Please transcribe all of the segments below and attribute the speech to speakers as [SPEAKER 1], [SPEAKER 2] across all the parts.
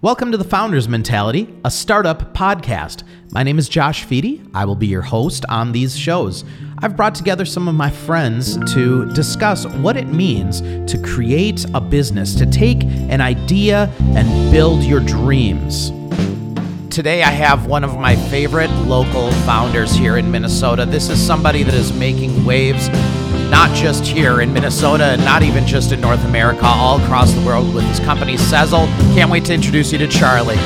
[SPEAKER 1] Welcome to the Founders Mentality, a startup podcast. My name is Josh Feedy. I will be your host on these shows. I've brought together some of my friends to discuss what it means to create a business, to take an idea and build your dreams. Today, I have one of my favorite local founders here in Minnesota. This is somebody that is making waves not just here in Minnesota and not even just in North America, all across the world with his company Sezzle. Can't wait to introduce you to Charlie.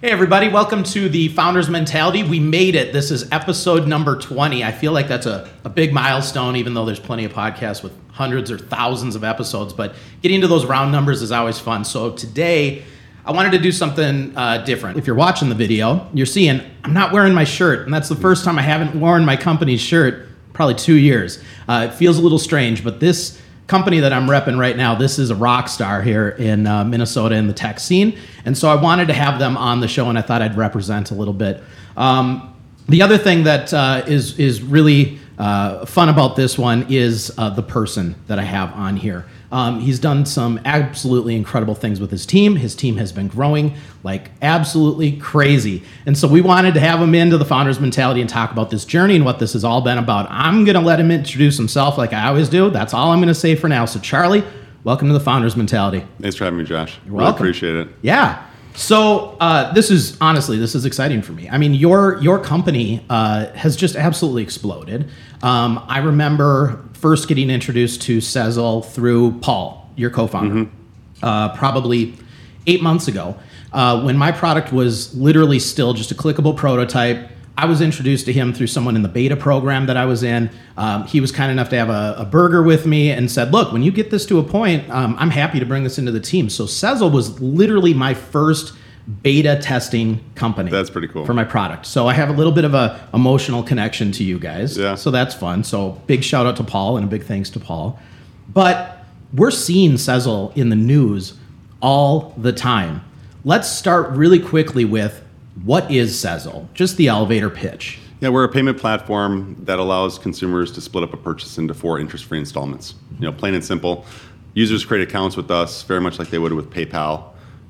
[SPEAKER 1] Hey, everybody, welcome to the Founders Mentality. We made it. This is episode number 20. I feel like that's a, a big milestone, even though there's plenty of podcasts with hundreds or thousands of episodes. But getting to those round numbers is always fun. So today, I wanted to do something uh, different. If you're watching the video, you're seeing I'm not wearing my shirt, and that's the first time I haven't worn my company's shirt probably two years. Uh, it feels a little strange, but this company that I'm repping right now, this is a rock star here in uh, Minnesota in the tech scene. And so I wanted to have them on the show, and I thought I'd represent a little bit. Um, the other thing that uh, is, is really uh, fun about this one is uh, the person that I have on here. Um, he's done some absolutely incredible things with his team. His team has been growing like absolutely crazy. And so we wanted to have him into the founder's mentality and talk about this journey and what this has all been about. I'm going to let him introduce himself like I always do. That's all I'm going to say for now. So, Charlie, welcome to the founder's mentality.
[SPEAKER 2] Thanks for having me, Josh. Really
[SPEAKER 1] welcome.
[SPEAKER 2] appreciate it.
[SPEAKER 1] Yeah. So uh, this is honestly this is exciting for me. I mean, your your company uh, has just absolutely exploded. Um, I remember first getting introduced to Sezzle through Paul, your co-founder, uh, probably eight months ago, uh, when my product was literally still just a clickable prototype. I was introduced to him through someone in the beta program that I was in. Um, he was kind enough to have a, a burger with me and said, "Look, when you get this to a point, um, I'm happy to bring this into the team." So Sezzle was literally my first beta testing company.
[SPEAKER 2] That's pretty cool.
[SPEAKER 1] for my product. So I have a little bit of a emotional connection to you guys.
[SPEAKER 2] Yeah.
[SPEAKER 1] So that's fun. So big shout out to Paul and a big thanks to Paul. But we're seeing Sezzle in the news all the time. Let's start really quickly with what is Sezzle? Just the elevator pitch.
[SPEAKER 2] Yeah, we're a payment platform that allows consumers to split up a purchase into four interest-free installments. You know, plain and simple. Users create accounts with us, very much like they would with PayPal,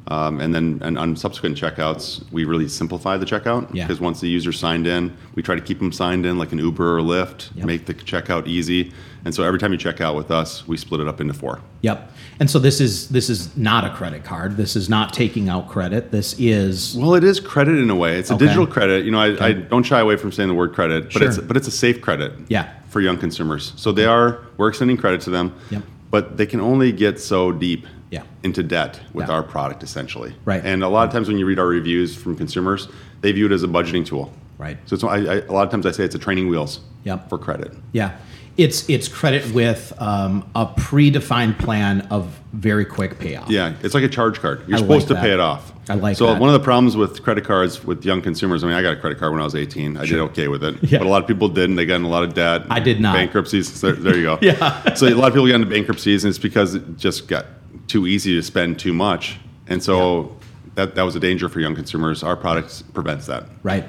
[SPEAKER 2] um, and then and on subsequent checkouts, we really simplify the checkout
[SPEAKER 1] Yeah.
[SPEAKER 2] because once the user signed in, we try to keep them signed in like an Uber or Lyft,
[SPEAKER 1] Yep.
[SPEAKER 2] make the checkout easy, and so every time you check out with us, we split it up into four.
[SPEAKER 1] Yep. And so this is this is not a credit card. This is not taking out credit. This is
[SPEAKER 2] Well, it is credit in a way. It's a
[SPEAKER 1] Okay.
[SPEAKER 2] digital credit. You know, I, I don't shy away from saying the word credit, but it's
[SPEAKER 1] Sure.
[SPEAKER 2] but it's a safe credit.
[SPEAKER 1] Yeah.
[SPEAKER 2] For young consumers, so they are we're extending credit to them.
[SPEAKER 1] Yep.
[SPEAKER 2] But they can only get so deep.
[SPEAKER 1] Yeah.
[SPEAKER 2] Into debt with
[SPEAKER 1] Yeah.
[SPEAKER 2] our product essentially.
[SPEAKER 1] Right.
[SPEAKER 2] And a lot of times when you read our reviews from consumers, they view it as a budgeting tool.
[SPEAKER 1] Right.
[SPEAKER 2] So it's, I, I, a lot of times I say it's a training wheels.
[SPEAKER 1] Yep.
[SPEAKER 2] For credit.
[SPEAKER 1] yeah. It's it's credit with um, a predefined plan of very quick payoff.
[SPEAKER 2] Yeah, it's like a charge card. You're
[SPEAKER 1] I
[SPEAKER 2] supposed
[SPEAKER 1] like
[SPEAKER 2] to
[SPEAKER 1] that.
[SPEAKER 2] pay it off.
[SPEAKER 1] I like
[SPEAKER 2] so
[SPEAKER 1] that.
[SPEAKER 2] one of the problems with credit cards with young consumers. I mean, I got a credit card when I was 18. I did okay with it,
[SPEAKER 1] Yeah.
[SPEAKER 2] but a lot of people didn't. They got in a lot of debt.
[SPEAKER 1] I did not.
[SPEAKER 2] Bankruptcies. So there, there you go.
[SPEAKER 1] Yeah.
[SPEAKER 2] so a lot of people got into bankruptcies, and it's because it just got too easy to spend too much, and so that that was a danger for young consumers. Our product prevents that.
[SPEAKER 1] Right.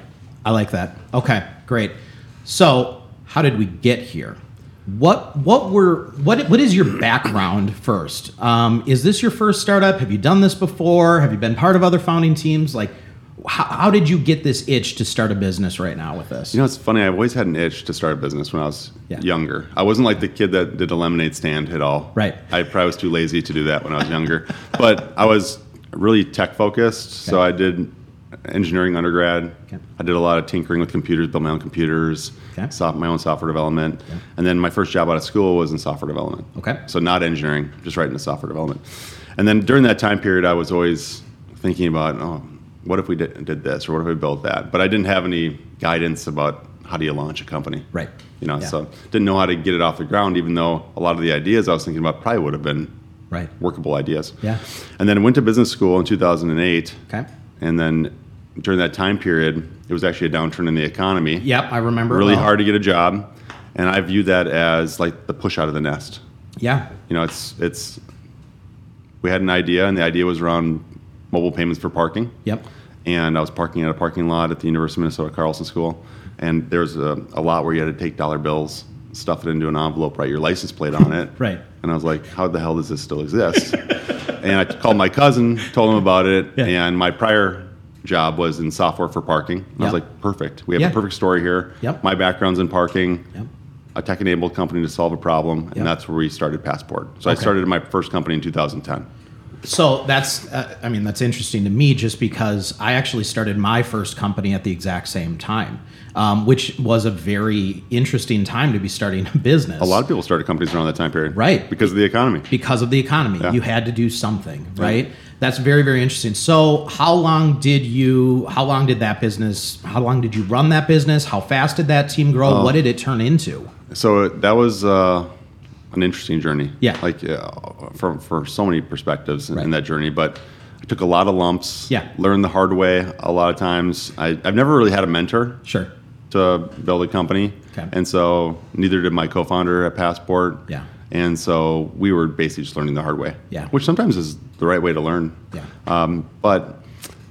[SPEAKER 1] I like that. Okay, great. So, how did we get here? What what were what what is your background first? Um, is this your first startup? Have you done this before? Have you been part of other founding teams? Like, how, how did you get this itch to start a business right now with this?
[SPEAKER 2] You know, it's funny. I've always had an itch to start a business when I was
[SPEAKER 1] Yeah.
[SPEAKER 2] younger. I wasn't like the kid that did a lemonade stand at all.
[SPEAKER 1] Right.
[SPEAKER 2] I probably was too lazy to do that when I was younger. but I was really tech focused, so
[SPEAKER 1] Okay.
[SPEAKER 2] I did engineering undergrad.
[SPEAKER 1] Okay.
[SPEAKER 2] I did a lot of tinkering with computers, built my own computers,
[SPEAKER 1] Okay.
[SPEAKER 2] soft, my own software development, and then my first job out of school was in software development.
[SPEAKER 1] Okay.
[SPEAKER 2] So not engineering, just right into software development. And then during that time period, I was always thinking about, oh, what if we did, did this or what if we built that? But I didn't have any guidance about how do you launch a company.
[SPEAKER 1] Right.
[SPEAKER 2] You know,
[SPEAKER 1] Yeah.
[SPEAKER 2] so didn't know how to get it off the ground, even though a lot of the ideas I was thinking about probably would have been
[SPEAKER 1] Right.
[SPEAKER 2] workable ideas.
[SPEAKER 1] Yeah.
[SPEAKER 2] And then went to business school in 2008.
[SPEAKER 1] Okay.
[SPEAKER 2] And then during that time period, it was actually a downturn in the economy
[SPEAKER 1] Yep, I remember.
[SPEAKER 2] really
[SPEAKER 1] well.
[SPEAKER 2] hard to get a job and i view that as like the push out of the nest
[SPEAKER 1] Yeah.
[SPEAKER 2] you know it's it's we had an idea, and the idea was around mobile payments for parking.
[SPEAKER 1] Yep.
[SPEAKER 2] And I was parking at a parking lot at the University of Minnesota Carlson School, and there's a, a lot where you had to take dollar bills, stuff it into an envelope, write your license plate on it.
[SPEAKER 1] Right.
[SPEAKER 2] And I was like, how the hell does this still exist? and I called my cousin, told him about it,
[SPEAKER 1] Yeah.
[SPEAKER 2] and my prior job was in software for parking. And I was
[SPEAKER 1] Yep.
[SPEAKER 2] like, perfect. We have
[SPEAKER 1] Yeah.
[SPEAKER 2] a perfect story here.
[SPEAKER 1] Yep.
[SPEAKER 2] My background's in parking
[SPEAKER 1] Yep.
[SPEAKER 2] a tech-enabled company to solve a problem, and
[SPEAKER 1] Yeah.
[SPEAKER 2] that's where we started Passport. So
[SPEAKER 1] Okay.
[SPEAKER 2] I started my first company in 2010.
[SPEAKER 1] So that's, uh, I mean, that's interesting to me just because I actually started my first company at the exact same time, um, which was a very interesting time to be starting a business.
[SPEAKER 2] A lot of people started companies around that time period,
[SPEAKER 1] Right.
[SPEAKER 2] Because of the economy.
[SPEAKER 1] because of the economy.
[SPEAKER 2] Yeah.
[SPEAKER 1] You had to do something, right? That's very, very interesting. So, how long did you? How long did that business? How long did you run that business? How fast did that team grow?
[SPEAKER 2] Uh,
[SPEAKER 1] what did it turn into?
[SPEAKER 2] So that was uh, an interesting journey.
[SPEAKER 1] Yeah.
[SPEAKER 2] Like uh, from for so many perspectives in, in
[SPEAKER 1] Right.
[SPEAKER 2] that journey, but I took a lot of lumps.
[SPEAKER 1] Yeah.
[SPEAKER 2] Learned the hard way a lot of times. I, I've never really had a mentor
[SPEAKER 1] Sure.
[SPEAKER 2] to build a company,
[SPEAKER 1] Okay.
[SPEAKER 2] and so neither did my co-founder at Passport.
[SPEAKER 1] Yeah.
[SPEAKER 2] And so we were basically just learning the hard way.
[SPEAKER 1] Yeah.
[SPEAKER 2] Which sometimes is the right way to learn.
[SPEAKER 1] Yeah.
[SPEAKER 2] Um, but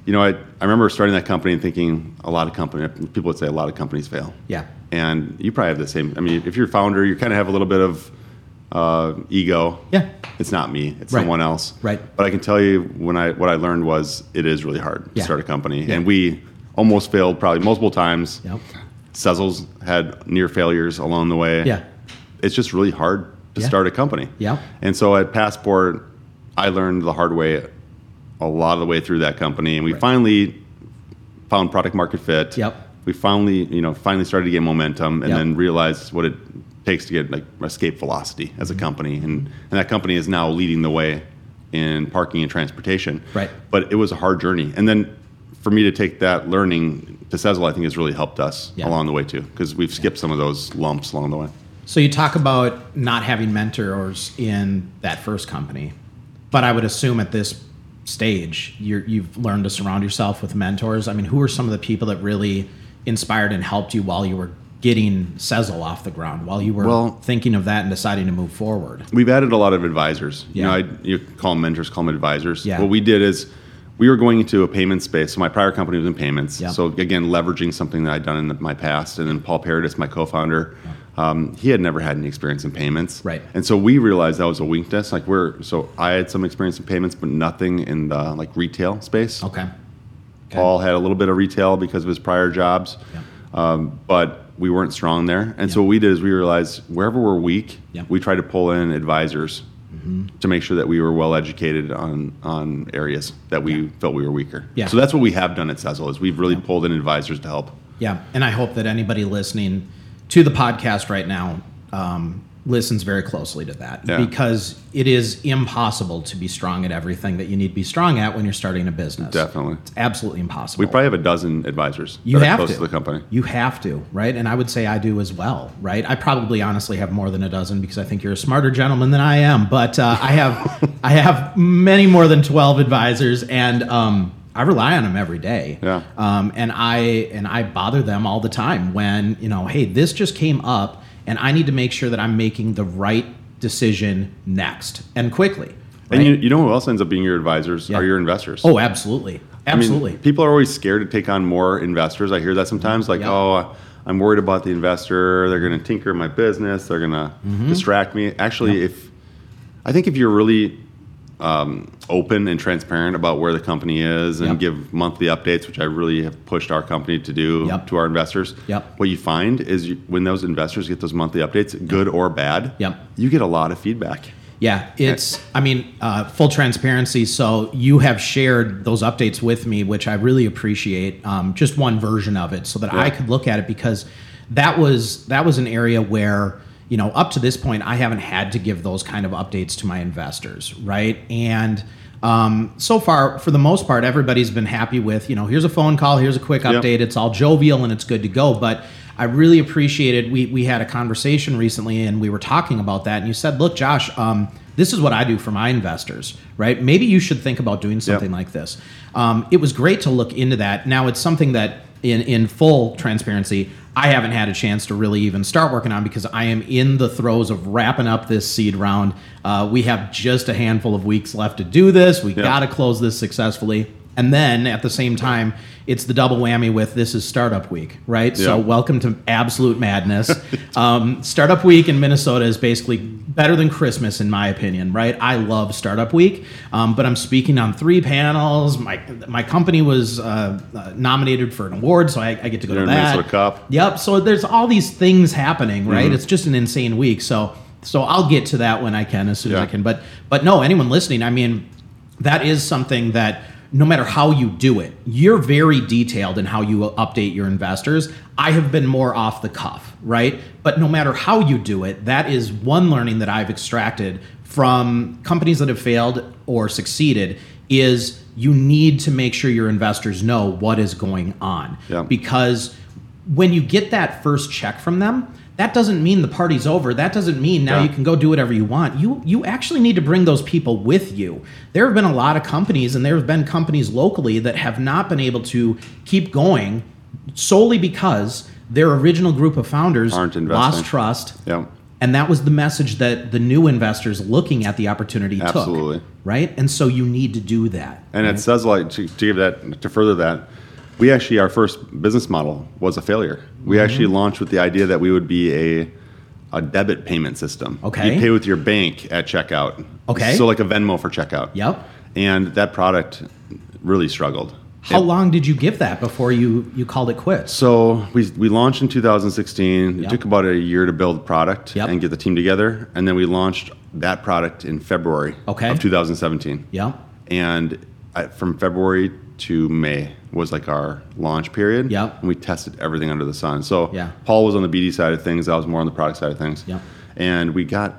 [SPEAKER 2] you know, I, I remember starting that company and thinking a lot of company people would say a lot of companies fail.
[SPEAKER 1] Yeah.
[SPEAKER 2] And you probably have the same. I mean, if you're a founder, you kind of have a little bit of uh, ego.
[SPEAKER 1] Yeah.
[SPEAKER 2] It's not me. It's
[SPEAKER 1] Right.
[SPEAKER 2] someone else.
[SPEAKER 1] Right.
[SPEAKER 2] But I can tell you when I what I learned was it is really hard
[SPEAKER 1] Yeah.
[SPEAKER 2] to start a company,
[SPEAKER 1] Yeah.
[SPEAKER 2] and we almost failed probably multiple times.
[SPEAKER 1] Yep.
[SPEAKER 2] Sezzles had near failures along the way.
[SPEAKER 1] Yeah.
[SPEAKER 2] It's just really hard to
[SPEAKER 1] Yeah.
[SPEAKER 2] start a company.
[SPEAKER 1] Yeah.
[SPEAKER 2] And so at Passport, I learned the hard way a lot of the way through that company. And we
[SPEAKER 1] Right.
[SPEAKER 2] finally found product market fit.
[SPEAKER 1] Yep.
[SPEAKER 2] We finally, you know, finally started to get momentum and
[SPEAKER 1] Yep.
[SPEAKER 2] then realized what it takes to get like escape velocity as a
[SPEAKER 1] Mm-hmm.
[SPEAKER 2] company. And and that company is now leading the way in parking and transportation.
[SPEAKER 1] Right.
[SPEAKER 2] But it was a hard journey. And then for me to take that learning to Sezzle, I think has really helped us
[SPEAKER 1] Yeah.
[SPEAKER 2] along the way too, because we've skipped some of those lumps along the way.
[SPEAKER 1] So you talk about not having mentors in that first company, but I would assume at this stage you're, you've learned to surround yourself with mentors. I mean, who are some of the people that really inspired and helped you while you were getting Sezzle off the ground, while you were
[SPEAKER 2] Well-
[SPEAKER 1] thinking of that and deciding to move forward?
[SPEAKER 2] We've added a lot of advisors.
[SPEAKER 1] Yeah.
[SPEAKER 2] You know, I, you call them mentors, call them advisors.
[SPEAKER 1] Yeah.
[SPEAKER 2] What we did is we were going into a payment space. So my prior company was in payments.
[SPEAKER 1] Yeah.
[SPEAKER 2] So again, leveraging something that I'd done in the, my past. And then Paul Paradis, my co-founder, um, he had never had any experience in payments.
[SPEAKER 1] Right.
[SPEAKER 2] And so we realized that was a weakness. Like we're, so I had some experience in payments, but nothing in the like retail space.
[SPEAKER 1] Okay.
[SPEAKER 2] Paul had a little bit of retail because of his prior jobs,
[SPEAKER 1] Yeah.
[SPEAKER 2] um, but we weren't strong there. And so what we did is we realized wherever we're weak,
[SPEAKER 1] Yeah. Mm-hmm.
[SPEAKER 2] we tried to pull in advisors to make sure that we were well educated on on areas that we felt we were weaker.
[SPEAKER 1] Yeah.
[SPEAKER 2] So that's what we have done at Sezzle is we've really pulled in advisors to help.
[SPEAKER 1] Yeah, and I hope that anybody listening to the podcast right now um, listens very closely to that
[SPEAKER 2] Yeah.
[SPEAKER 1] because it is impossible to be strong at everything that you need to be strong at when you're starting a business.
[SPEAKER 2] Definitely.
[SPEAKER 1] it's absolutely impossible.
[SPEAKER 2] We probably have a dozen advisors
[SPEAKER 1] you
[SPEAKER 2] that
[SPEAKER 1] have
[SPEAKER 2] are close
[SPEAKER 1] to.
[SPEAKER 2] to. the company.
[SPEAKER 1] You have to, right? And I would say I do as well, right? I probably honestly have more than a dozen because I think you're a smarter gentleman than I am. But uh, I have I have many more than twelve advisors, and um, I rely on them every day.
[SPEAKER 2] Yeah.
[SPEAKER 1] Um, and I and I bother them all the time when you know, hey, this just came up, and I need to make sure that I'm making the right decision next and quickly.
[SPEAKER 2] And
[SPEAKER 1] right?
[SPEAKER 2] you, you know who else ends up being your advisors
[SPEAKER 1] Yeah.
[SPEAKER 2] are your investors.
[SPEAKER 1] oh, absolutely,
[SPEAKER 2] I mean,
[SPEAKER 1] absolutely.
[SPEAKER 2] people are always scared to take on more investors. I hear that sometimes, like,
[SPEAKER 1] Yeah.
[SPEAKER 2] oh, I'm worried about the investor. They're going to tinker my business. They're going to
[SPEAKER 1] Mm-hmm.
[SPEAKER 2] distract me. Actually, if I think if you're really um, open and transparent about where the company is and
[SPEAKER 1] Yep.
[SPEAKER 2] give monthly updates, which I really have pushed our company to do
[SPEAKER 1] Yep.
[SPEAKER 2] to our investors,
[SPEAKER 1] Yep.
[SPEAKER 2] what you find is you, when those investors get those monthly updates, good or bad,
[SPEAKER 1] Yep.
[SPEAKER 2] you get a lot of feedback.
[SPEAKER 1] Yeah, it's. I mean, uh, full transparency. So you have shared those updates with me, which I really appreciate. Um, just one version of it, so that I
[SPEAKER 2] Yeah.
[SPEAKER 1] could look at it because that was that was an area where you know up to this point I haven't had to give those kind of updates to my investors, right? And um, so far, for the most part, everybody's been happy with you know here's a phone call, here's a quick
[SPEAKER 2] Yep.
[SPEAKER 1] update it's all jovial and it's good to go but i really appreciated we we had a conversation recently and we were talking about that and you said look josh um, this is what i do for my investors right maybe you should think about doing something like this um, it was great to look into that now it's something that in in full transparency, I haven't had a chance to really even start working on because I am in the throes of wrapping up this seed round. Uh, we have just a handful of weeks left to do this. We
[SPEAKER 2] Yeah.
[SPEAKER 1] got to close this successfully. And then at the same time, it's the double whammy with this is startup week, right? So
[SPEAKER 2] Yeah.
[SPEAKER 1] welcome to absolute madness. um, startup week in Minnesota is basically better than Christmas, in my opinion, right? I love startup week, um, but I'm speaking on three panels. My my company was uh, uh, nominated for an award, so I, I get to go
[SPEAKER 2] You're
[SPEAKER 1] to
[SPEAKER 2] in
[SPEAKER 1] that.
[SPEAKER 2] Minnesota Cup.
[SPEAKER 1] Yep. So there's all these things happening, right?
[SPEAKER 2] Mm-hmm.
[SPEAKER 1] It's just an insane week. So so I'll get to that when I can, as soon as
[SPEAKER 2] Yeah.
[SPEAKER 1] I can. But but no, anyone listening, I mean, that is something that no matter how you do it, you're very detailed in how you update your investors. I have been more off the cuff, right? But no matter how you do it, that is one learning that I've extracted from companies that have failed or succeeded is you need to make sure your investors know what is going on
[SPEAKER 2] Yeah.
[SPEAKER 1] because when you get that first check from them that doesn't mean the party's over that doesn't mean now
[SPEAKER 2] Yeah.
[SPEAKER 1] you can go do whatever you want you you actually need to bring those people with you there have been a lot of companies and there have been companies locally that have not been able to keep going solely because their original group of founders
[SPEAKER 2] Aren't investing.
[SPEAKER 1] lost trust
[SPEAKER 2] Yeah.
[SPEAKER 1] and that was the message that the new investors looking at the opportunity
[SPEAKER 2] Absolutely.
[SPEAKER 1] took right and so you need to do that
[SPEAKER 2] And it says like to, to give that to further that, we actually our first business model was a failure. We
[SPEAKER 1] Mm-hmm.
[SPEAKER 2] actually launched with the idea that we would be a a debit payment system.
[SPEAKER 1] Okay.
[SPEAKER 2] You pay with your bank at checkout.
[SPEAKER 1] Okay.
[SPEAKER 2] So like a Venmo for checkout.
[SPEAKER 1] Yep.
[SPEAKER 2] And that product really struggled.
[SPEAKER 1] how
[SPEAKER 2] It-
[SPEAKER 1] long did you give that before you you called it quits
[SPEAKER 2] So we, we launched in 2016. It
[SPEAKER 1] Yep.
[SPEAKER 2] took about a year to build product
[SPEAKER 1] Yep.
[SPEAKER 2] and get the team together, and then we launched that product in February
[SPEAKER 1] Okay.
[SPEAKER 2] of 2017.
[SPEAKER 1] yeah
[SPEAKER 2] And I, from February to May was like our launch period.
[SPEAKER 1] Yep.
[SPEAKER 2] And we tested everything under the sun. So
[SPEAKER 1] Yeah.
[SPEAKER 2] Paul was on the BD side of things. I was more on the product side of things.
[SPEAKER 1] Yep.
[SPEAKER 2] And we got,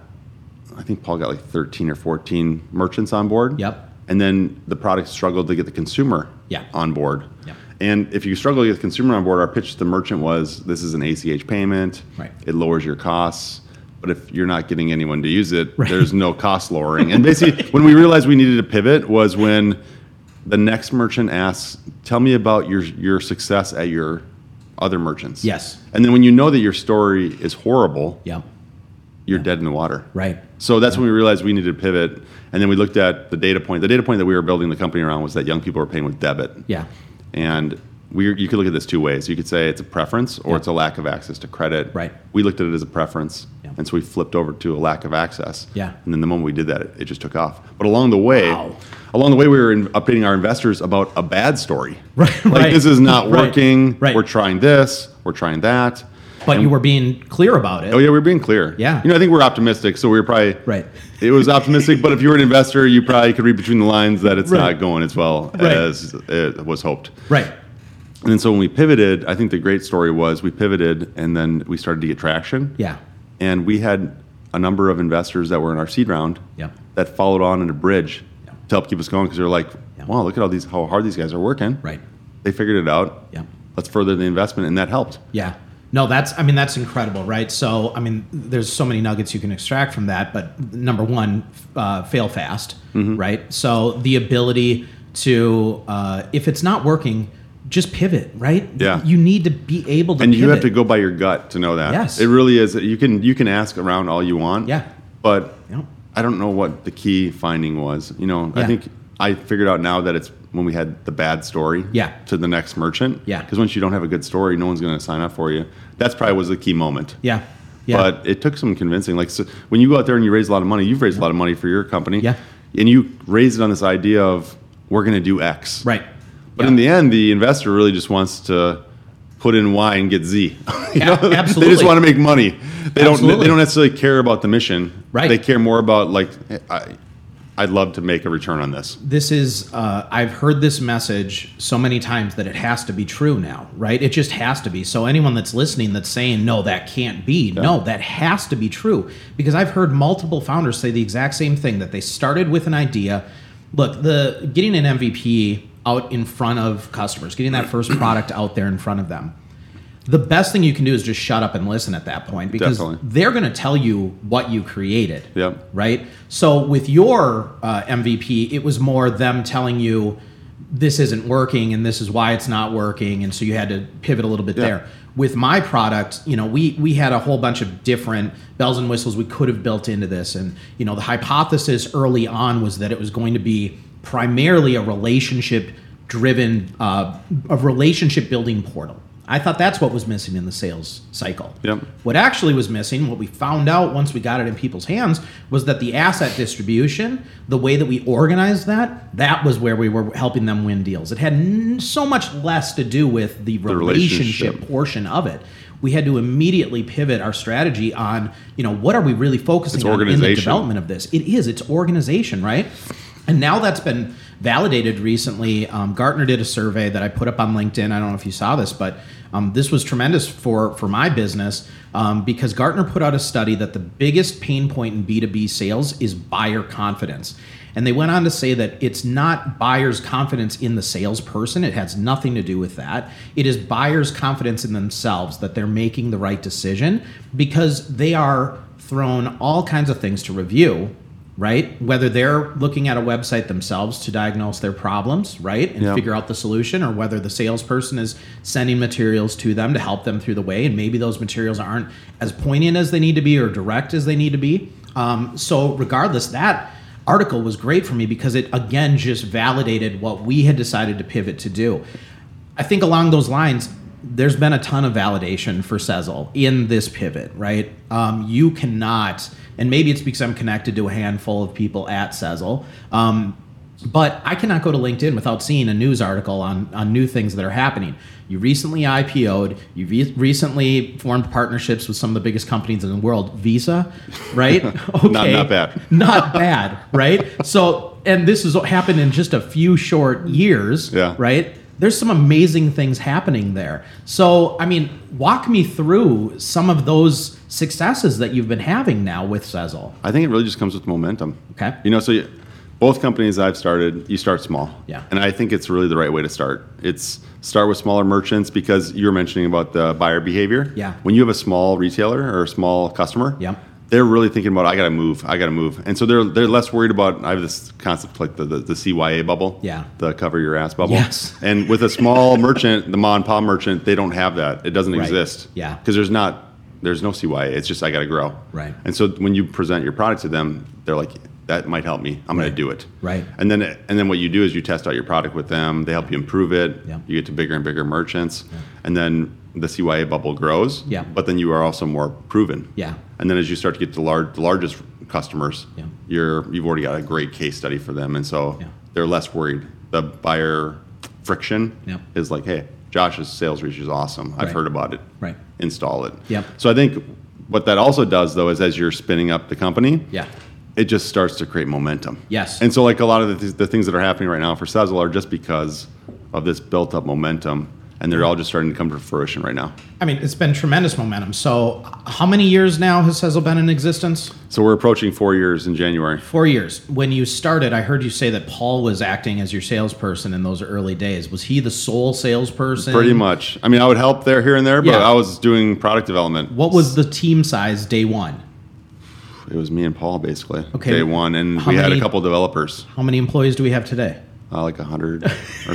[SPEAKER 2] I think Paul got like 13 or 14 merchants on board.
[SPEAKER 1] Yep.
[SPEAKER 2] And then the product struggled to get the consumer
[SPEAKER 1] Yeah.
[SPEAKER 2] on board.
[SPEAKER 1] Yep.
[SPEAKER 2] And if you struggle to get the consumer on board, our pitch to the merchant was this is an ACH payment.
[SPEAKER 1] Right.
[SPEAKER 2] It lowers your costs. But if you're not getting anyone to use it,
[SPEAKER 1] Right.
[SPEAKER 2] there's no cost lowering. And basically, when we realized we needed to pivot was when the next merchant asks, "Tell me about your your success at your other merchants."
[SPEAKER 1] Yes.
[SPEAKER 2] And then when you know that your story is horrible,
[SPEAKER 1] Yeah.
[SPEAKER 2] you're dead in the water.
[SPEAKER 1] Right.
[SPEAKER 2] So that's when we realized we needed to pivot. And then we looked at the data point. The data point that we were building the company around was that young people are paying with debit.
[SPEAKER 1] Yeah.
[SPEAKER 2] And we, you could look at this two ways. You could say it's a preference or it's a lack of access to credit.
[SPEAKER 1] Right.
[SPEAKER 2] We looked at it as a preference.
[SPEAKER 1] Yeah.
[SPEAKER 2] And so we flipped over to a lack of access.
[SPEAKER 1] Yeah.
[SPEAKER 2] And then the moment we did that, it, it just took off. But along the way,
[SPEAKER 1] Wow.
[SPEAKER 2] along the way, we were in, updating our investors about a bad story.
[SPEAKER 1] Right,
[SPEAKER 2] Like
[SPEAKER 1] right.
[SPEAKER 2] this is not
[SPEAKER 1] Right,
[SPEAKER 2] working.
[SPEAKER 1] right.
[SPEAKER 2] We're trying this. We're trying that.
[SPEAKER 1] But you were being clear about it.
[SPEAKER 2] Oh yeah, we we're being clear.
[SPEAKER 1] Yeah.
[SPEAKER 2] You know, I think we're optimistic, so we were probably
[SPEAKER 1] Right.
[SPEAKER 2] It was optimistic, but if you were an investor, you probably could read between the lines that it's
[SPEAKER 1] Right.
[SPEAKER 2] not going as well
[SPEAKER 1] Right.
[SPEAKER 2] as it was hoped.
[SPEAKER 1] Right.
[SPEAKER 2] And then so when we pivoted, I think the great story was we pivoted and then we started to get traction.
[SPEAKER 1] Yeah.
[SPEAKER 2] And we had a number of investors that were in our seed round
[SPEAKER 1] Yeah.
[SPEAKER 2] that followed on in a bridge
[SPEAKER 1] Yeah.
[SPEAKER 2] to help keep us going because they were like,
[SPEAKER 1] Yeah.
[SPEAKER 2] wow, look at all these how hard these guys are working.
[SPEAKER 1] Right.
[SPEAKER 2] They figured it out.
[SPEAKER 1] Yeah.
[SPEAKER 2] Let's further the investment and that helped.
[SPEAKER 1] Yeah. No, that's I mean that's incredible, right? So I mean, there's so many nuggets you can extract from that. But number one, uh, fail fast,
[SPEAKER 2] Mm-hmm.
[SPEAKER 1] right? So the ability to uh, if it's not working, just pivot, right?
[SPEAKER 2] Yeah.
[SPEAKER 1] You need to be able to.
[SPEAKER 2] and you have
[SPEAKER 1] pivot.
[SPEAKER 2] to go by your gut to know that.
[SPEAKER 1] Yes.
[SPEAKER 2] it really is. You can you can ask around all you want.
[SPEAKER 1] Yeah.
[SPEAKER 2] but
[SPEAKER 1] Yeah.
[SPEAKER 2] I don't know what the key finding was. You know,
[SPEAKER 1] Yeah.
[SPEAKER 2] I think I figured out now that it's when we had the bad story.
[SPEAKER 1] Yeah.
[SPEAKER 2] to the next merchant.
[SPEAKER 1] Yeah.
[SPEAKER 2] because once you don't have a good story, no one's going to sign up for you. That's probably was the key moment.
[SPEAKER 1] Yeah. Yeah.
[SPEAKER 2] But it took some convincing. Like so when you go out there and you raise a lot of money, you've raised a lot of money for your company.
[SPEAKER 1] Yeah.
[SPEAKER 2] And you raise it on this idea of we're going to do X.
[SPEAKER 1] right.
[SPEAKER 2] But
[SPEAKER 1] Yeah.
[SPEAKER 2] in the end, the investor really just wants to put in Y and get Z. You
[SPEAKER 1] A-
[SPEAKER 2] They
[SPEAKER 1] absolutely.
[SPEAKER 2] just want to make money. They don't.
[SPEAKER 1] Absolutely.
[SPEAKER 2] They don't necessarily care about the mission.
[SPEAKER 1] Right.
[SPEAKER 2] They care more about like, I, I'd love to make a return on this.
[SPEAKER 1] this is uh, i've heard this message so many times that it has to be true now right it just has to be so anyone that's listening that's saying no that can't be no that has to be true because i've heard multiple founders say the exact same thing that they started with an idea look the getting an mvp out in front of customers getting that first product out there in front of them the best thing you can do is just shut up and listen at that point because
[SPEAKER 2] Definitely.
[SPEAKER 1] they're going to tell you what you created
[SPEAKER 2] Yep.
[SPEAKER 1] right? So with your uh, MVP, it was more them telling you, this isn't working and this is why it's not working and so you had to pivot a little bit
[SPEAKER 2] Yeah.
[SPEAKER 1] there with my product you know we we had a whole bunch of different bells and whistles we could have built into this and you know the hypothesis early on was that it was going to be primarily a relationship driven uh, a relationship building portal i thought that's what was missing in the sales cycle
[SPEAKER 2] Yep.
[SPEAKER 1] what actually was missing, what we found out once we got it in people's hands, was that the asset distribution, the way that we organized that, that was where we were helping them win deals. It had n- so much less to do with the relationship,
[SPEAKER 2] relationship.
[SPEAKER 1] portion of it. We had to immediately pivot our strategy on, you know, what are we really focusing
[SPEAKER 2] It's
[SPEAKER 1] on in the
[SPEAKER 2] organization.
[SPEAKER 1] development of this? It is, it's organization, right? And now that's been validated recently. Um, Gartner did a survey that I put up on LinkedIn. I don't know if you saw this, but um, this was tremendous for, for my business um, because Gartner put out a study that the biggest pain point in B2B sales is buyer confidence. And they went on to say that it's not buyers' confidence in the salesperson. It has nothing to do with that. It is buyers' confidence in themselves that they're making the right decision because they are thrown all kinds of things to review, right? Whether they're looking at a website themselves to diagnose their problems, right? And
[SPEAKER 2] Yeah.
[SPEAKER 1] figure out the solution, or whether the salesperson is sending materials to them to help them through the way. And maybe those materials aren't as poignant as they need to be or direct as they need to be. Um, so, regardless, that article was great for me because it again just validated what we had decided to pivot to do. I think along those lines, there's been a ton of validation for Sezzle in this pivot, right? Um, you cannot, and maybe it's because I'm connected to a handful of people at Sezzle, um, but I cannot go to LinkedIn without seeing a news article on, on new things that are happening. You recently IPO'd, you re- recently formed partnerships with some of the biggest companies in the world, Visa, right? Okay.
[SPEAKER 2] not bad.
[SPEAKER 1] Not bad, right? So, and this has happened in just a few short years,
[SPEAKER 2] Yeah.
[SPEAKER 1] right? right? There's some amazing things happening there. So, I mean, walk me through some of those successes that you've been having now with Sezzle.
[SPEAKER 2] I think it really just comes with momentum.
[SPEAKER 1] Okay.
[SPEAKER 2] You know, so you, both companies I've started, you start small.
[SPEAKER 1] Yeah.
[SPEAKER 2] And I think it's really the right way to start. It's start with smaller merchants because you were mentioning about the buyer behavior.
[SPEAKER 1] Yeah.
[SPEAKER 2] When you have a small retailer or a small customer,
[SPEAKER 1] Yeah.
[SPEAKER 2] they're really thinking about I got to move, I got to move, and so they're they're less worried about. I have this concept like the the, the CYA bubble.
[SPEAKER 1] Yeah.
[SPEAKER 2] The cover your ass bubble.
[SPEAKER 1] Yes.
[SPEAKER 2] And with a small merchant, the mom and pop merchant, they don't have that. It doesn't
[SPEAKER 1] Right.
[SPEAKER 2] exist.
[SPEAKER 1] Yeah.
[SPEAKER 2] Because there's not there's no CYA. It's just I got to grow.
[SPEAKER 1] Right.
[SPEAKER 2] And so when you present your product to them, they're like, "That might help me. I'm going
[SPEAKER 1] Right.
[SPEAKER 2] to do it."
[SPEAKER 1] Right.
[SPEAKER 2] And then and then what you do is you test out your product with them. They help you improve it.
[SPEAKER 1] Yeah.
[SPEAKER 2] You get to bigger and bigger merchants, and then the CYA bubble grows.
[SPEAKER 1] Yeah.
[SPEAKER 2] But then you are also more proven.
[SPEAKER 1] Yeah.
[SPEAKER 2] And then as you start to get to large, the largest customers,
[SPEAKER 1] Yeah.
[SPEAKER 2] you're you've already got a great case study for them, and so
[SPEAKER 1] Yeah.
[SPEAKER 2] they're less worried. The buyer friction
[SPEAKER 1] Yeah.
[SPEAKER 2] is like, "Hey, Josh's sales reach is awesome. I've
[SPEAKER 1] Right.
[SPEAKER 2] heard about it.
[SPEAKER 1] Right.
[SPEAKER 2] Install it."
[SPEAKER 1] Yep.
[SPEAKER 2] So I think what that also does though is as you're spinning up the company,
[SPEAKER 1] Yeah.
[SPEAKER 2] it just starts to create momentum.
[SPEAKER 1] Yes.
[SPEAKER 2] And so, like a lot of the, th- the things that are happening right now for Sezzle are just because of this built up momentum, and they're all just starting to come to fruition right now.
[SPEAKER 1] I mean, it's been tremendous momentum. So, how many years now has Sezzle been in existence?
[SPEAKER 2] So we're approaching four years in January.
[SPEAKER 1] Four years. When you started, I heard you say that Paul was acting as your salesperson in those early days. Was he the sole salesperson?
[SPEAKER 2] Pretty much. I mean, I would help there here and there, but
[SPEAKER 1] Yeah.
[SPEAKER 2] I was doing product development.
[SPEAKER 1] What was the team size day one?
[SPEAKER 2] It was me and Paul basically
[SPEAKER 1] Okay.
[SPEAKER 2] day one, and
[SPEAKER 1] How
[SPEAKER 2] we had
[SPEAKER 1] many-
[SPEAKER 2] a couple developers,
[SPEAKER 1] How many employees do we have today?
[SPEAKER 2] uh, like hundred or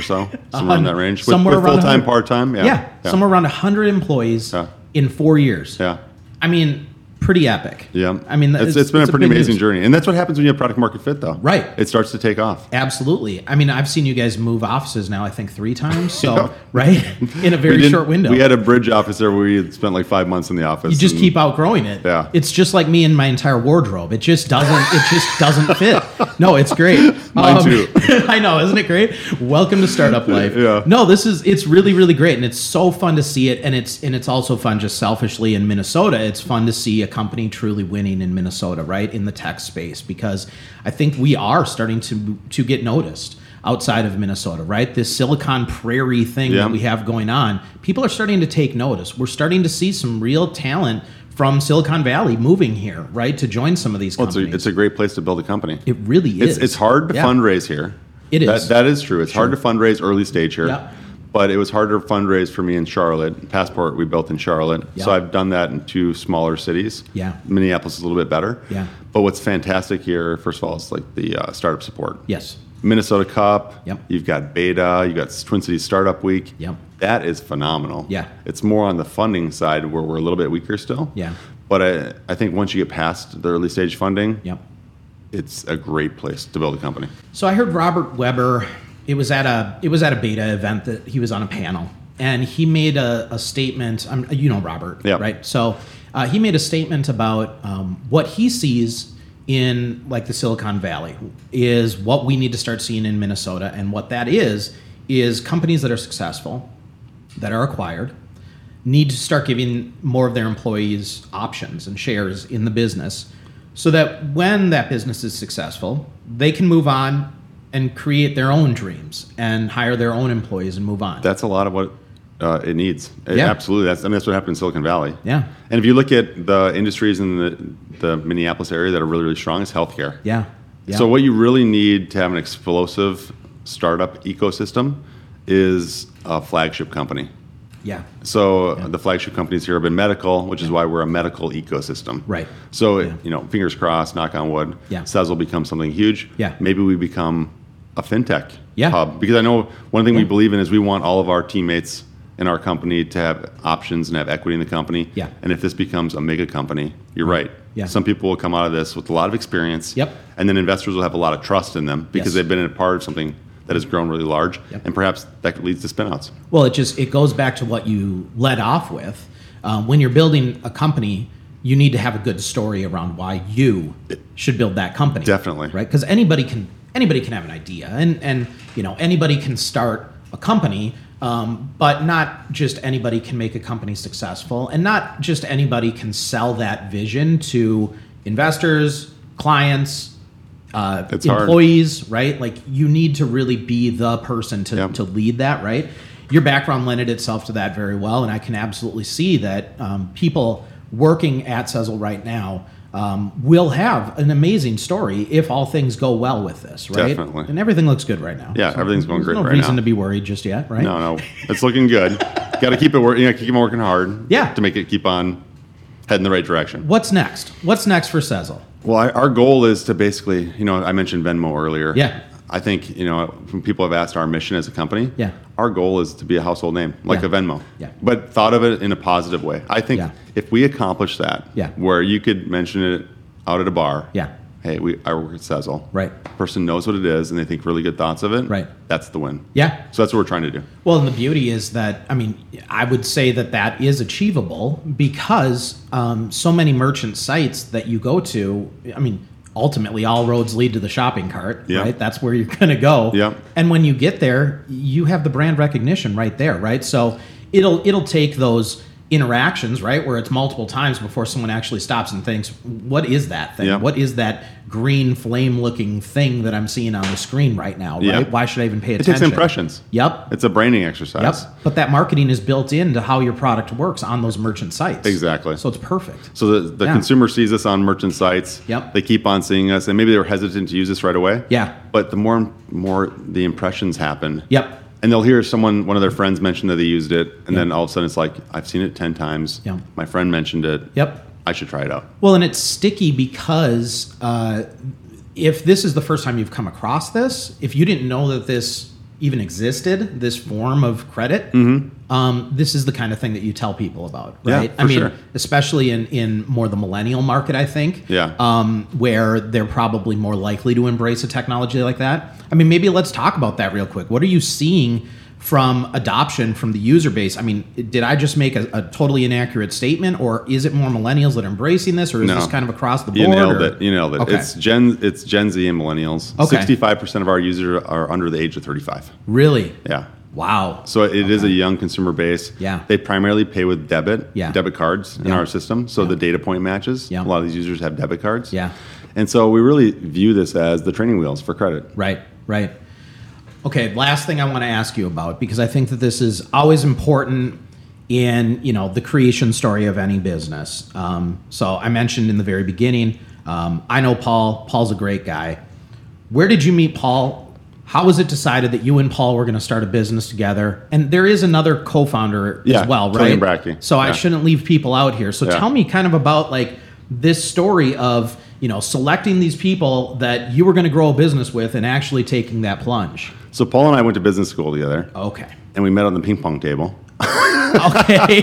[SPEAKER 2] so, somewhere in that range, with,
[SPEAKER 1] somewhere
[SPEAKER 2] with
[SPEAKER 1] around
[SPEAKER 2] full time,
[SPEAKER 1] 100.
[SPEAKER 2] part time. Yeah.
[SPEAKER 1] yeah, somewhere around 100 employees
[SPEAKER 2] Yeah.
[SPEAKER 1] in four years.
[SPEAKER 2] Yeah.
[SPEAKER 1] I mean, pretty epic.
[SPEAKER 2] Yeah.
[SPEAKER 1] I mean,
[SPEAKER 2] it's, it's been a pretty
[SPEAKER 1] big
[SPEAKER 2] amazing
[SPEAKER 1] news.
[SPEAKER 2] journey, and that's what happens when you have product market fit, though.
[SPEAKER 1] Right.
[SPEAKER 2] It starts to take off.
[SPEAKER 1] Absolutely. I mean, I've seen you guys move offices now, I think, three times. So, right? In a
[SPEAKER 2] We
[SPEAKER 1] very
[SPEAKER 2] didn't-
[SPEAKER 1] short window.
[SPEAKER 2] We had a bridge office there where we had spent like five months in the office.
[SPEAKER 1] you just
[SPEAKER 2] and-
[SPEAKER 1] keep outgrowing it.
[SPEAKER 2] Yeah.
[SPEAKER 1] It's just like me and my entire wardrobe. It just doesn't. It just doesn't fit. No, it's great. Um,
[SPEAKER 2] Mine too.
[SPEAKER 1] I know, isn't it great? Welcome to startup life.
[SPEAKER 2] Yeah.
[SPEAKER 1] No, this is it's really really great, and it's so fun to see it, and it's and it's also fun just selfishly in Minnesota. It's fun to see a company truly winning in Minnesota, right in the tech space, because I think we are starting to to get noticed outside of Minnesota, right? This Silicon Prairie thing
[SPEAKER 2] Yeah.
[SPEAKER 1] that we have going on, people are starting to take notice. We're starting to see some real talent from Silicon Valley moving here, right, to join some of these
[SPEAKER 2] Well, it's, a,
[SPEAKER 1] companies.
[SPEAKER 2] it's a great place to build a company.
[SPEAKER 1] it really is.
[SPEAKER 2] It's, it's hard to
[SPEAKER 1] Yeah.
[SPEAKER 2] fundraise here.
[SPEAKER 1] It
[SPEAKER 2] That-
[SPEAKER 1] is.
[SPEAKER 2] that is true. It's hard to fundraise early stage here.
[SPEAKER 1] Yeah.
[SPEAKER 2] But it was harder to fundraise for me in Charlotte. Passport we built in Charlotte. So
[SPEAKER 1] Yeah.
[SPEAKER 2] I've done that in two smaller cities.
[SPEAKER 1] Yeah.
[SPEAKER 2] Minneapolis is a little bit better.
[SPEAKER 1] Yeah.
[SPEAKER 2] But what's fantastic here, first of all, is like the uh, startup support.
[SPEAKER 1] Yes.
[SPEAKER 2] Minnesota Cup.
[SPEAKER 1] Yep.
[SPEAKER 2] You've got Beta. You've got Twin Cities Startup Week.
[SPEAKER 1] Yep.
[SPEAKER 2] That is phenomenal.
[SPEAKER 1] Yeah.
[SPEAKER 2] It's more on the funding side where we're a little bit weaker still.
[SPEAKER 1] Yeah.
[SPEAKER 2] But I, I think once you get past the early stage funding,
[SPEAKER 1] Yep.
[SPEAKER 2] it's a great place to build a company.
[SPEAKER 1] So I heard Robert Weber. It was at a it was at a beta event that he was on a panel, and he made a, a statement. I'm, you know Robert,
[SPEAKER 2] Yeah.
[SPEAKER 1] right? So uh, he made a statement about um, what he sees in like the Silicon Valley is what we need to start seeing in Minnesota, and what that is is companies that are successful, that are acquired, need to start giving more of their employees options and shares in the business so that when that business is successful, they can move on and create their own dreams and hire their own employees and move on.
[SPEAKER 2] That's a lot of what uh, it needs. It-
[SPEAKER 1] Yeah.
[SPEAKER 2] Absolutely. That's, I mean, that's what happened in Silicon Valley.
[SPEAKER 1] yeah.
[SPEAKER 2] And if you look at the industries in the, the Minneapolis area that are really, really strong, is healthcare.
[SPEAKER 1] Yeah. Yeah.
[SPEAKER 2] So what you really need to have an explosive startup ecosystem is a flagship company.
[SPEAKER 1] yeah.
[SPEAKER 2] So the flagship companies here have been medical, which is why we're a medical ecosystem.
[SPEAKER 1] Right.
[SPEAKER 2] So you know, fingers crossed, knock on wood.
[SPEAKER 1] Yeah.
[SPEAKER 2] Says will become something huge.
[SPEAKER 1] Yeah.
[SPEAKER 2] Maybe we become a fintech
[SPEAKER 1] Yeah.
[SPEAKER 2] hub because I know one thing we believe in is we want all of our teammates in our company to have options and have equity in the company.
[SPEAKER 1] Yeah.
[SPEAKER 2] And if this becomes a mega company, you're right.
[SPEAKER 1] Yeah.
[SPEAKER 2] Some people will come out of this with a lot of experience.
[SPEAKER 1] Yep.
[SPEAKER 2] And then investors will have a lot of trust in them because
[SPEAKER 1] Yes.
[SPEAKER 2] they've been a part of something that has grown really large,
[SPEAKER 1] Yep.
[SPEAKER 2] and perhaps that leads to spinouts.
[SPEAKER 1] Well, it just it goes back to what you led off with. Um, when you're building a company, you need to have a good story around why you should build that company.
[SPEAKER 2] Definitely.
[SPEAKER 1] right? Because anybody can anybody can have an idea, and and you know anybody can start a company, um, but not just anybody can make a company successful, and not just anybody can sell that vision to investors, clients, uh,
[SPEAKER 2] It's hard.
[SPEAKER 1] employees, right? Like you need to really be the person to,
[SPEAKER 2] Yep.
[SPEAKER 1] to lead that, right? Your background lended itself to that very well, and I can absolutely see that um, people working at Sezzle right now um, will have an amazing story if all things go well with this, right?
[SPEAKER 2] Definitely.
[SPEAKER 1] And everything looks good right now.
[SPEAKER 2] Yeah, everything's going
[SPEAKER 1] there's
[SPEAKER 2] great
[SPEAKER 1] no
[SPEAKER 2] right
[SPEAKER 1] reason
[SPEAKER 2] now.
[SPEAKER 1] to be worried just yet, right?
[SPEAKER 2] No, no, it's looking good. Got to keep it working. You know, keep on working hard.
[SPEAKER 1] Yeah.
[SPEAKER 2] To make it keep on heading the right direction.
[SPEAKER 1] What's next? What's next for Sezzle?
[SPEAKER 2] Well, I, our goal is to basically, you know, I mentioned Venmo earlier.
[SPEAKER 1] Yeah.
[SPEAKER 2] I think you know when people have asked our mission as a company.
[SPEAKER 1] Yeah.
[SPEAKER 2] Our goal is to be a household name, like
[SPEAKER 1] Yeah.
[SPEAKER 2] a Venmo.
[SPEAKER 1] Yeah.
[SPEAKER 2] But thought of it in a positive way. I think
[SPEAKER 1] Yeah.
[SPEAKER 2] if we accomplish that,
[SPEAKER 1] Yeah.
[SPEAKER 2] where you could mention it out at a bar.
[SPEAKER 1] Yeah.
[SPEAKER 2] Hey, we I work at Sezzle.
[SPEAKER 1] Right.
[SPEAKER 2] Person knows what it is and they think really good thoughts of it.
[SPEAKER 1] Right.
[SPEAKER 2] That's the win.
[SPEAKER 1] Yeah.
[SPEAKER 2] So that's what we're trying to do.
[SPEAKER 1] Well, and the beauty is that I mean, I would say that that is achievable because um, so many merchant sites that you go to. I mean, ultimately, all roads lead to the shopping cart,
[SPEAKER 2] Yeah.
[SPEAKER 1] right? That's where you're going to go.
[SPEAKER 2] Yeah.
[SPEAKER 1] And when you get there, you have the brand recognition right there, right? So it'll it'll take those interactions, right, where it's multiple times before someone actually stops and thinks, "What is that thing?
[SPEAKER 2] Yeah.
[SPEAKER 1] What is that green flame-looking thing that I'm seeing on the screen right now? Right?
[SPEAKER 2] Yeah.
[SPEAKER 1] Why should I even pay
[SPEAKER 2] It
[SPEAKER 1] attention?"
[SPEAKER 2] takes impressions.
[SPEAKER 1] Yep.
[SPEAKER 2] It's a branding exercise.
[SPEAKER 1] Yep. But that marketing is built into how your product works on those merchant sites.
[SPEAKER 2] Exactly.
[SPEAKER 1] So it's perfect.
[SPEAKER 2] So the, the
[SPEAKER 1] Yeah.
[SPEAKER 2] consumer sees us on merchant sites.
[SPEAKER 1] Yep.
[SPEAKER 2] They keep on seeing us, and maybe they were hesitant to use this right away.
[SPEAKER 1] Yeah.
[SPEAKER 2] But the more more the impressions happen.
[SPEAKER 1] Yep.
[SPEAKER 2] And they'll hear someone, one of their friends, mention that they used it, and then all of a sudden it's like, I've seen it ten times.
[SPEAKER 1] Yeah.
[SPEAKER 2] My friend mentioned it.
[SPEAKER 1] Yep.
[SPEAKER 2] I should try it out.
[SPEAKER 1] Well, and it's sticky because uh, if this is the first time you've come across this, if you didn't know that this even existed, this form of credit, um, this is the kind of thing that you tell people about,
[SPEAKER 2] Mm-hmm. Yeah,
[SPEAKER 1] right? I
[SPEAKER 2] for
[SPEAKER 1] mean,
[SPEAKER 2] sure.
[SPEAKER 1] especially in in more the millennial market, I think.
[SPEAKER 2] Yeah.
[SPEAKER 1] Um, where they're probably more likely to embrace a technology like that. I mean, maybe let's talk about that real quick. What are you seeing? From adoption from the user base. I mean, did I just make a, a totally inaccurate statement, or is it more millennials that are embracing this, or is
[SPEAKER 2] No.
[SPEAKER 1] this kind of across the board?
[SPEAKER 2] You nailed
[SPEAKER 1] or-
[SPEAKER 2] it. You nailed it.
[SPEAKER 1] Okay.
[SPEAKER 2] It's Gen it's Gen Z and millennials.
[SPEAKER 1] Okay.
[SPEAKER 2] Sixty-five percent of our users are under the age of thirty-five.
[SPEAKER 1] really
[SPEAKER 2] Yeah.
[SPEAKER 1] wow.
[SPEAKER 2] So it is a young consumer base.
[SPEAKER 1] Yeah.
[SPEAKER 2] They primarily pay with debit,
[SPEAKER 1] Yeah.
[SPEAKER 2] debit cards in
[SPEAKER 1] Yeah.
[SPEAKER 2] our system. So the data point matches.
[SPEAKER 1] Yeah.
[SPEAKER 2] A lot of these users have debit cards.
[SPEAKER 1] Yeah.
[SPEAKER 2] And so we really view this as the training wheels for credit.
[SPEAKER 1] Right, right. Okay, last thing I want to ask you about because I think that this is always important in you know the creation story of any business. Um, so I mentioned in the very beginning, um, I know Paul. Paul's a great guy. Where did you meet Paul? How was it decided that you and Paul were going to start a business together? And there is another co-founder
[SPEAKER 2] Yeah,
[SPEAKER 1] as well,
[SPEAKER 2] Kelly
[SPEAKER 1] right?
[SPEAKER 2] Brackey.
[SPEAKER 1] So I
[SPEAKER 2] Yeah.
[SPEAKER 1] shouldn't leave people out here. So
[SPEAKER 2] Yeah.
[SPEAKER 1] tell me kind of about like this story of you you know, selecting these people that you were going to grow a business with and actually taking that plunge.
[SPEAKER 2] So Paul and I went to business school together,
[SPEAKER 1] Okay.
[SPEAKER 2] and we met on the ping pong table.
[SPEAKER 1] Okay.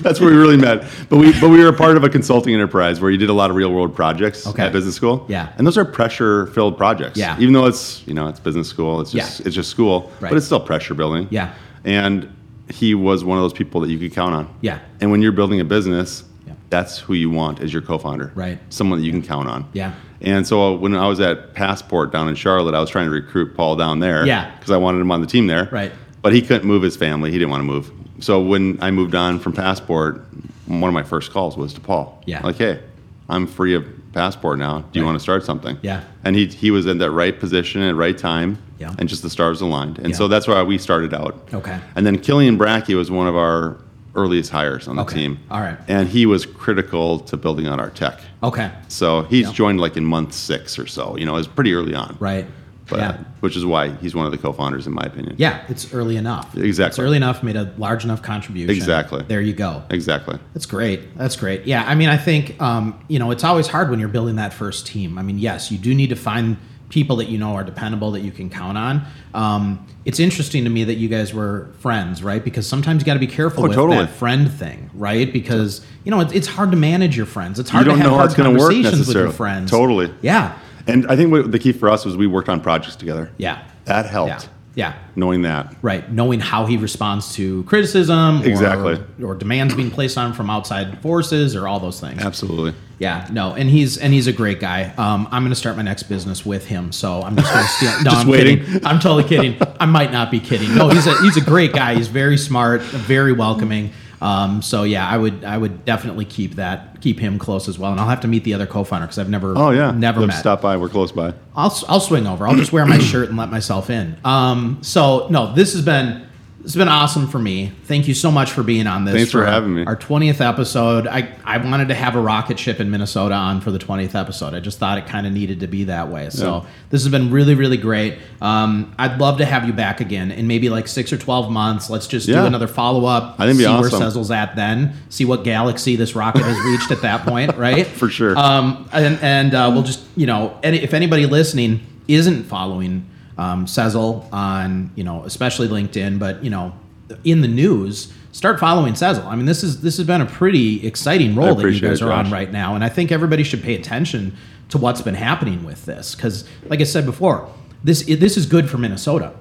[SPEAKER 2] That's where we really met. But we but we were a part of a consulting enterprise where you did a lot of real world projects
[SPEAKER 1] Okay.
[SPEAKER 2] at business school.
[SPEAKER 1] Yeah.
[SPEAKER 2] And those are pressure filled projects.
[SPEAKER 1] Yeah.
[SPEAKER 2] Even though it's you know, it's business school, it's just
[SPEAKER 1] Yeah.
[SPEAKER 2] it's just school.
[SPEAKER 1] Right.
[SPEAKER 2] But it's still pressure building.
[SPEAKER 1] Yeah.
[SPEAKER 2] And he was one of those people that you could count on.
[SPEAKER 1] Yeah.
[SPEAKER 2] And when you're building a business,
[SPEAKER 1] Yeah.
[SPEAKER 2] that's who you want as your co-founder.
[SPEAKER 1] Right.
[SPEAKER 2] Someone that you can count on.
[SPEAKER 1] Yeah.
[SPEAKER 2] And so uh, when I was at Passport down in Charlotte, I was trying to recruit Paul down there.
[SPEAKER 1] Yeah.
[SPEAKER 2] Because I wanted him on the team there.
[SPEAKER 1] Right.
[SPEAKER 2] But he couldn't move his family. He didn't want to move. So when I moved on from Passport, one of my first calls was to Paul.
[SPEAKER 1] Yeah.
[SPEAKER 2] Like, hey, I'm free of Passport now. Do you
[SPEAKER 1] Right.
[SPEAKER 2] want to start something?
[SPEAKER 1] Yeah.
[SPEAKER 2] And he he was in that right position at right time.
[SPEAKER 1] Yeah.
[SPEAKER 2] And just the stars aligned. And
[SPEAKER 1] Yeah.
[SPEAKER 2] so that's why we started out.
[SPEAKER 1] Okay.
[SPEAKER 2] And then Killian Brackey was one of our earliest hires on the
[SPEAKER 1] Okay.
[SPEAKER 2] team.
[SPEAKER 1] All right.
[SPEAKER 2] And he was critical to building out our tech.
[SPEAKER 1] Okay.
[SPEAKER 2] So he's
[SPEAKER 1] Yeah.
[SPEAKER 2] joined like in month six or so. You know, it's pretty early on.
[SPEAKER 1] Right.
[SPEAKER 2] But,
[SPEAKER 1] yeah.
[SPEAKER 2] Which is why he's one of the co-founders, in my opinion.
[SPEAKER 1] Yeah. It's early enough. It's
[SPEAKER 2] Exactly.
[SPEAKER 1] early enough, made a large enough contribution.
[SPEAKER 2] Exactly.
[SPEAKER 1] There you go.
[SPEAKER 2] Exactly.
[SPEAKER 1] That's great. That's great. Yeah. I mean, I think, um, you know, it's always hard when you're building that first team. I mean, yes, you do need to find people that you know are dependable that you can count on. Um, it's interesting to me that you guys were friends, right? Because sometimes you got to be careful
[SPEAKER 2] Oh,
[SPEAKER 1] with
[SPEAKER 2] totally.
[SPEAKER 1] that friend thing, right? Because, you know, it's, it's hard to manage your friends. It's hard
[SPEAKER 2] don't
[SPEAKER 1] to have
[SPEAKER 2] know how
[SPEAKER 1] hard
[SPEAKER 2] it's gonna work
[SPEAKER 1] conversations with your
[SPEAKER 2] necessarily.
[SPEAKER 1] friends.
[SPEAKER 2] Totally.
[SPEAKER 1] Yeah.
[SPEAKER 2] And I think what the key for us was we worked on projects together.
[SPEAKER 1] Yeah.
[SPEAKER 2] That helped.
[SPEAKER 1] Yeah. Yeah.
[SPEAKER 2] Knowing that.
[SPEAKER 1] Right, knowing how he responds to criticism, or,
[SPEAKER 2] Exactly.
[SPEAKER 1] or demands being placed on him from outside forces, or all those things.
[SPEAKER 2] Absolutely.
[SPEAKER 1] Yeah, no, and he's and he's a great guy. Um, I'm going to start my next business with him, so I'm just going to steal. No,
[SPEAKER 2] Just
[SPEAKER 1] I'm
[SPEAKER 2] waiting.
[SPEAKER 1] kidding. I'm totally kidding. I might not be kidding. No, he's a he's a great guy. He's very smart, very welcoming. Um, so yeah, I would I would definitely keep that keep him close as well, and I'll have to meet the other co-founder because I've never
[SPEAKER 2] Oh yeah.
[SPEAKER 1] never
[SPEAKER 2] Live-
[SPEAKER 1] met.
[SPEAKER 2] Stop by. We're close by.
[SPEAKER 1] I'll, I'll swing over. I'll just wear my shirt and let myself in. Um, so no, this has been it's been awesome for me. Thank you so much for being on this.
[SPEAKER 2] Thanks for having me.
[SPEAKER 1] Our twentieth episode. I I wanted to have a rocket ship in Minnesota on for the twentieth episode. I just thought it kind of needed to be that way. So
[SPEAKER 2] Yeah.
[SPEAKER 1] this has been really really great. Um, I'd love to have you back again in maybe like six or twelve months. Let's just do
[SPEAKER 2] Yeah.
[SPEAKER 1] another follow up.
[SPEAKER 2] I think it'd be
[SPEAKER 1] see
[SPEAKER 2] awesome.
[SPEAKER 1] where Sezzle's at then. See what galaxy this rocket has reached at that point. Right.
[SPEAKER 2] For sure.
[SPEAKER 1] Um, and and uh, we'll just you know, any, if anybody listening isn't following um, Sezzle on you know, especially LinkedIn, but you know, in the news, start following Sezzle. I mean, this is this has been a pretty exciting role that you
[SPEAKER 2] appreciate
[SPEAKER 1] guys
[SPEAKER 2] it,
[SPEAKER 1] are on
[SPEAKER 2] Josh.
[SPEAKER 1] right now, and I think everybody should pay attention to what's been happening with this because, like I said before, this this is good for Minnesota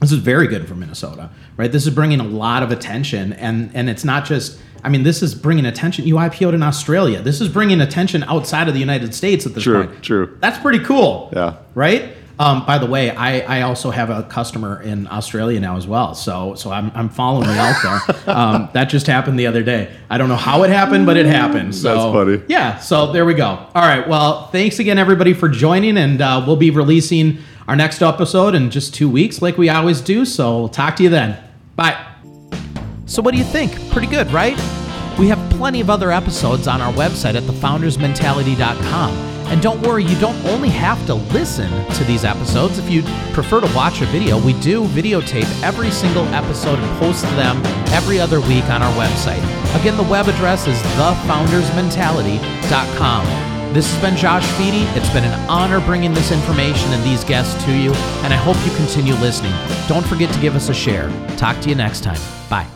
[SPEAKER 1] this is very good for Minnesota, right? This is bringing a lot of attention, and and it's not just. I mean, this is bringing attention. You IPO'd in Australia. This is bringing attention outside of the United States at this
[SPEAKER 2] True,
[SPEAKER 1] point.
[SPEAKER 2] true.
[SPEAKER 1] That's pretty cool.
[SPEAKER 2] Yeah.
[SPEAKER 1] Right. Um, by the way, I, I also have a customer in Australia now as well. So so I'm, I'm following you out there. Um, that just happened the other day. I don't know how it happened, but it happened. So
[SPEAKER 2] That's funny.
[SPEAKER 1] yeah, so there we go. All right, well, thanks again, everybody, for joining, and uh, we'll be releasing our next episode in just two weeks, like we always do. So we'll talk to you then. Bye. So, what do you think? Pretty good, right? We have plenty of other episodes on our website at thefoundersmentality.com. And don't worry, you don't only have to listen to these episodes. If you prefer to watch a video, we do videotape every single episode and post them every other week on our website. Again, the web address is thefoundersmentality.com. This has been Josh Feedy. It's been an honor bringing this information and these guests to you, and I hope you continue listening. Don't forget to give us a share. Talk to you next time. Bye.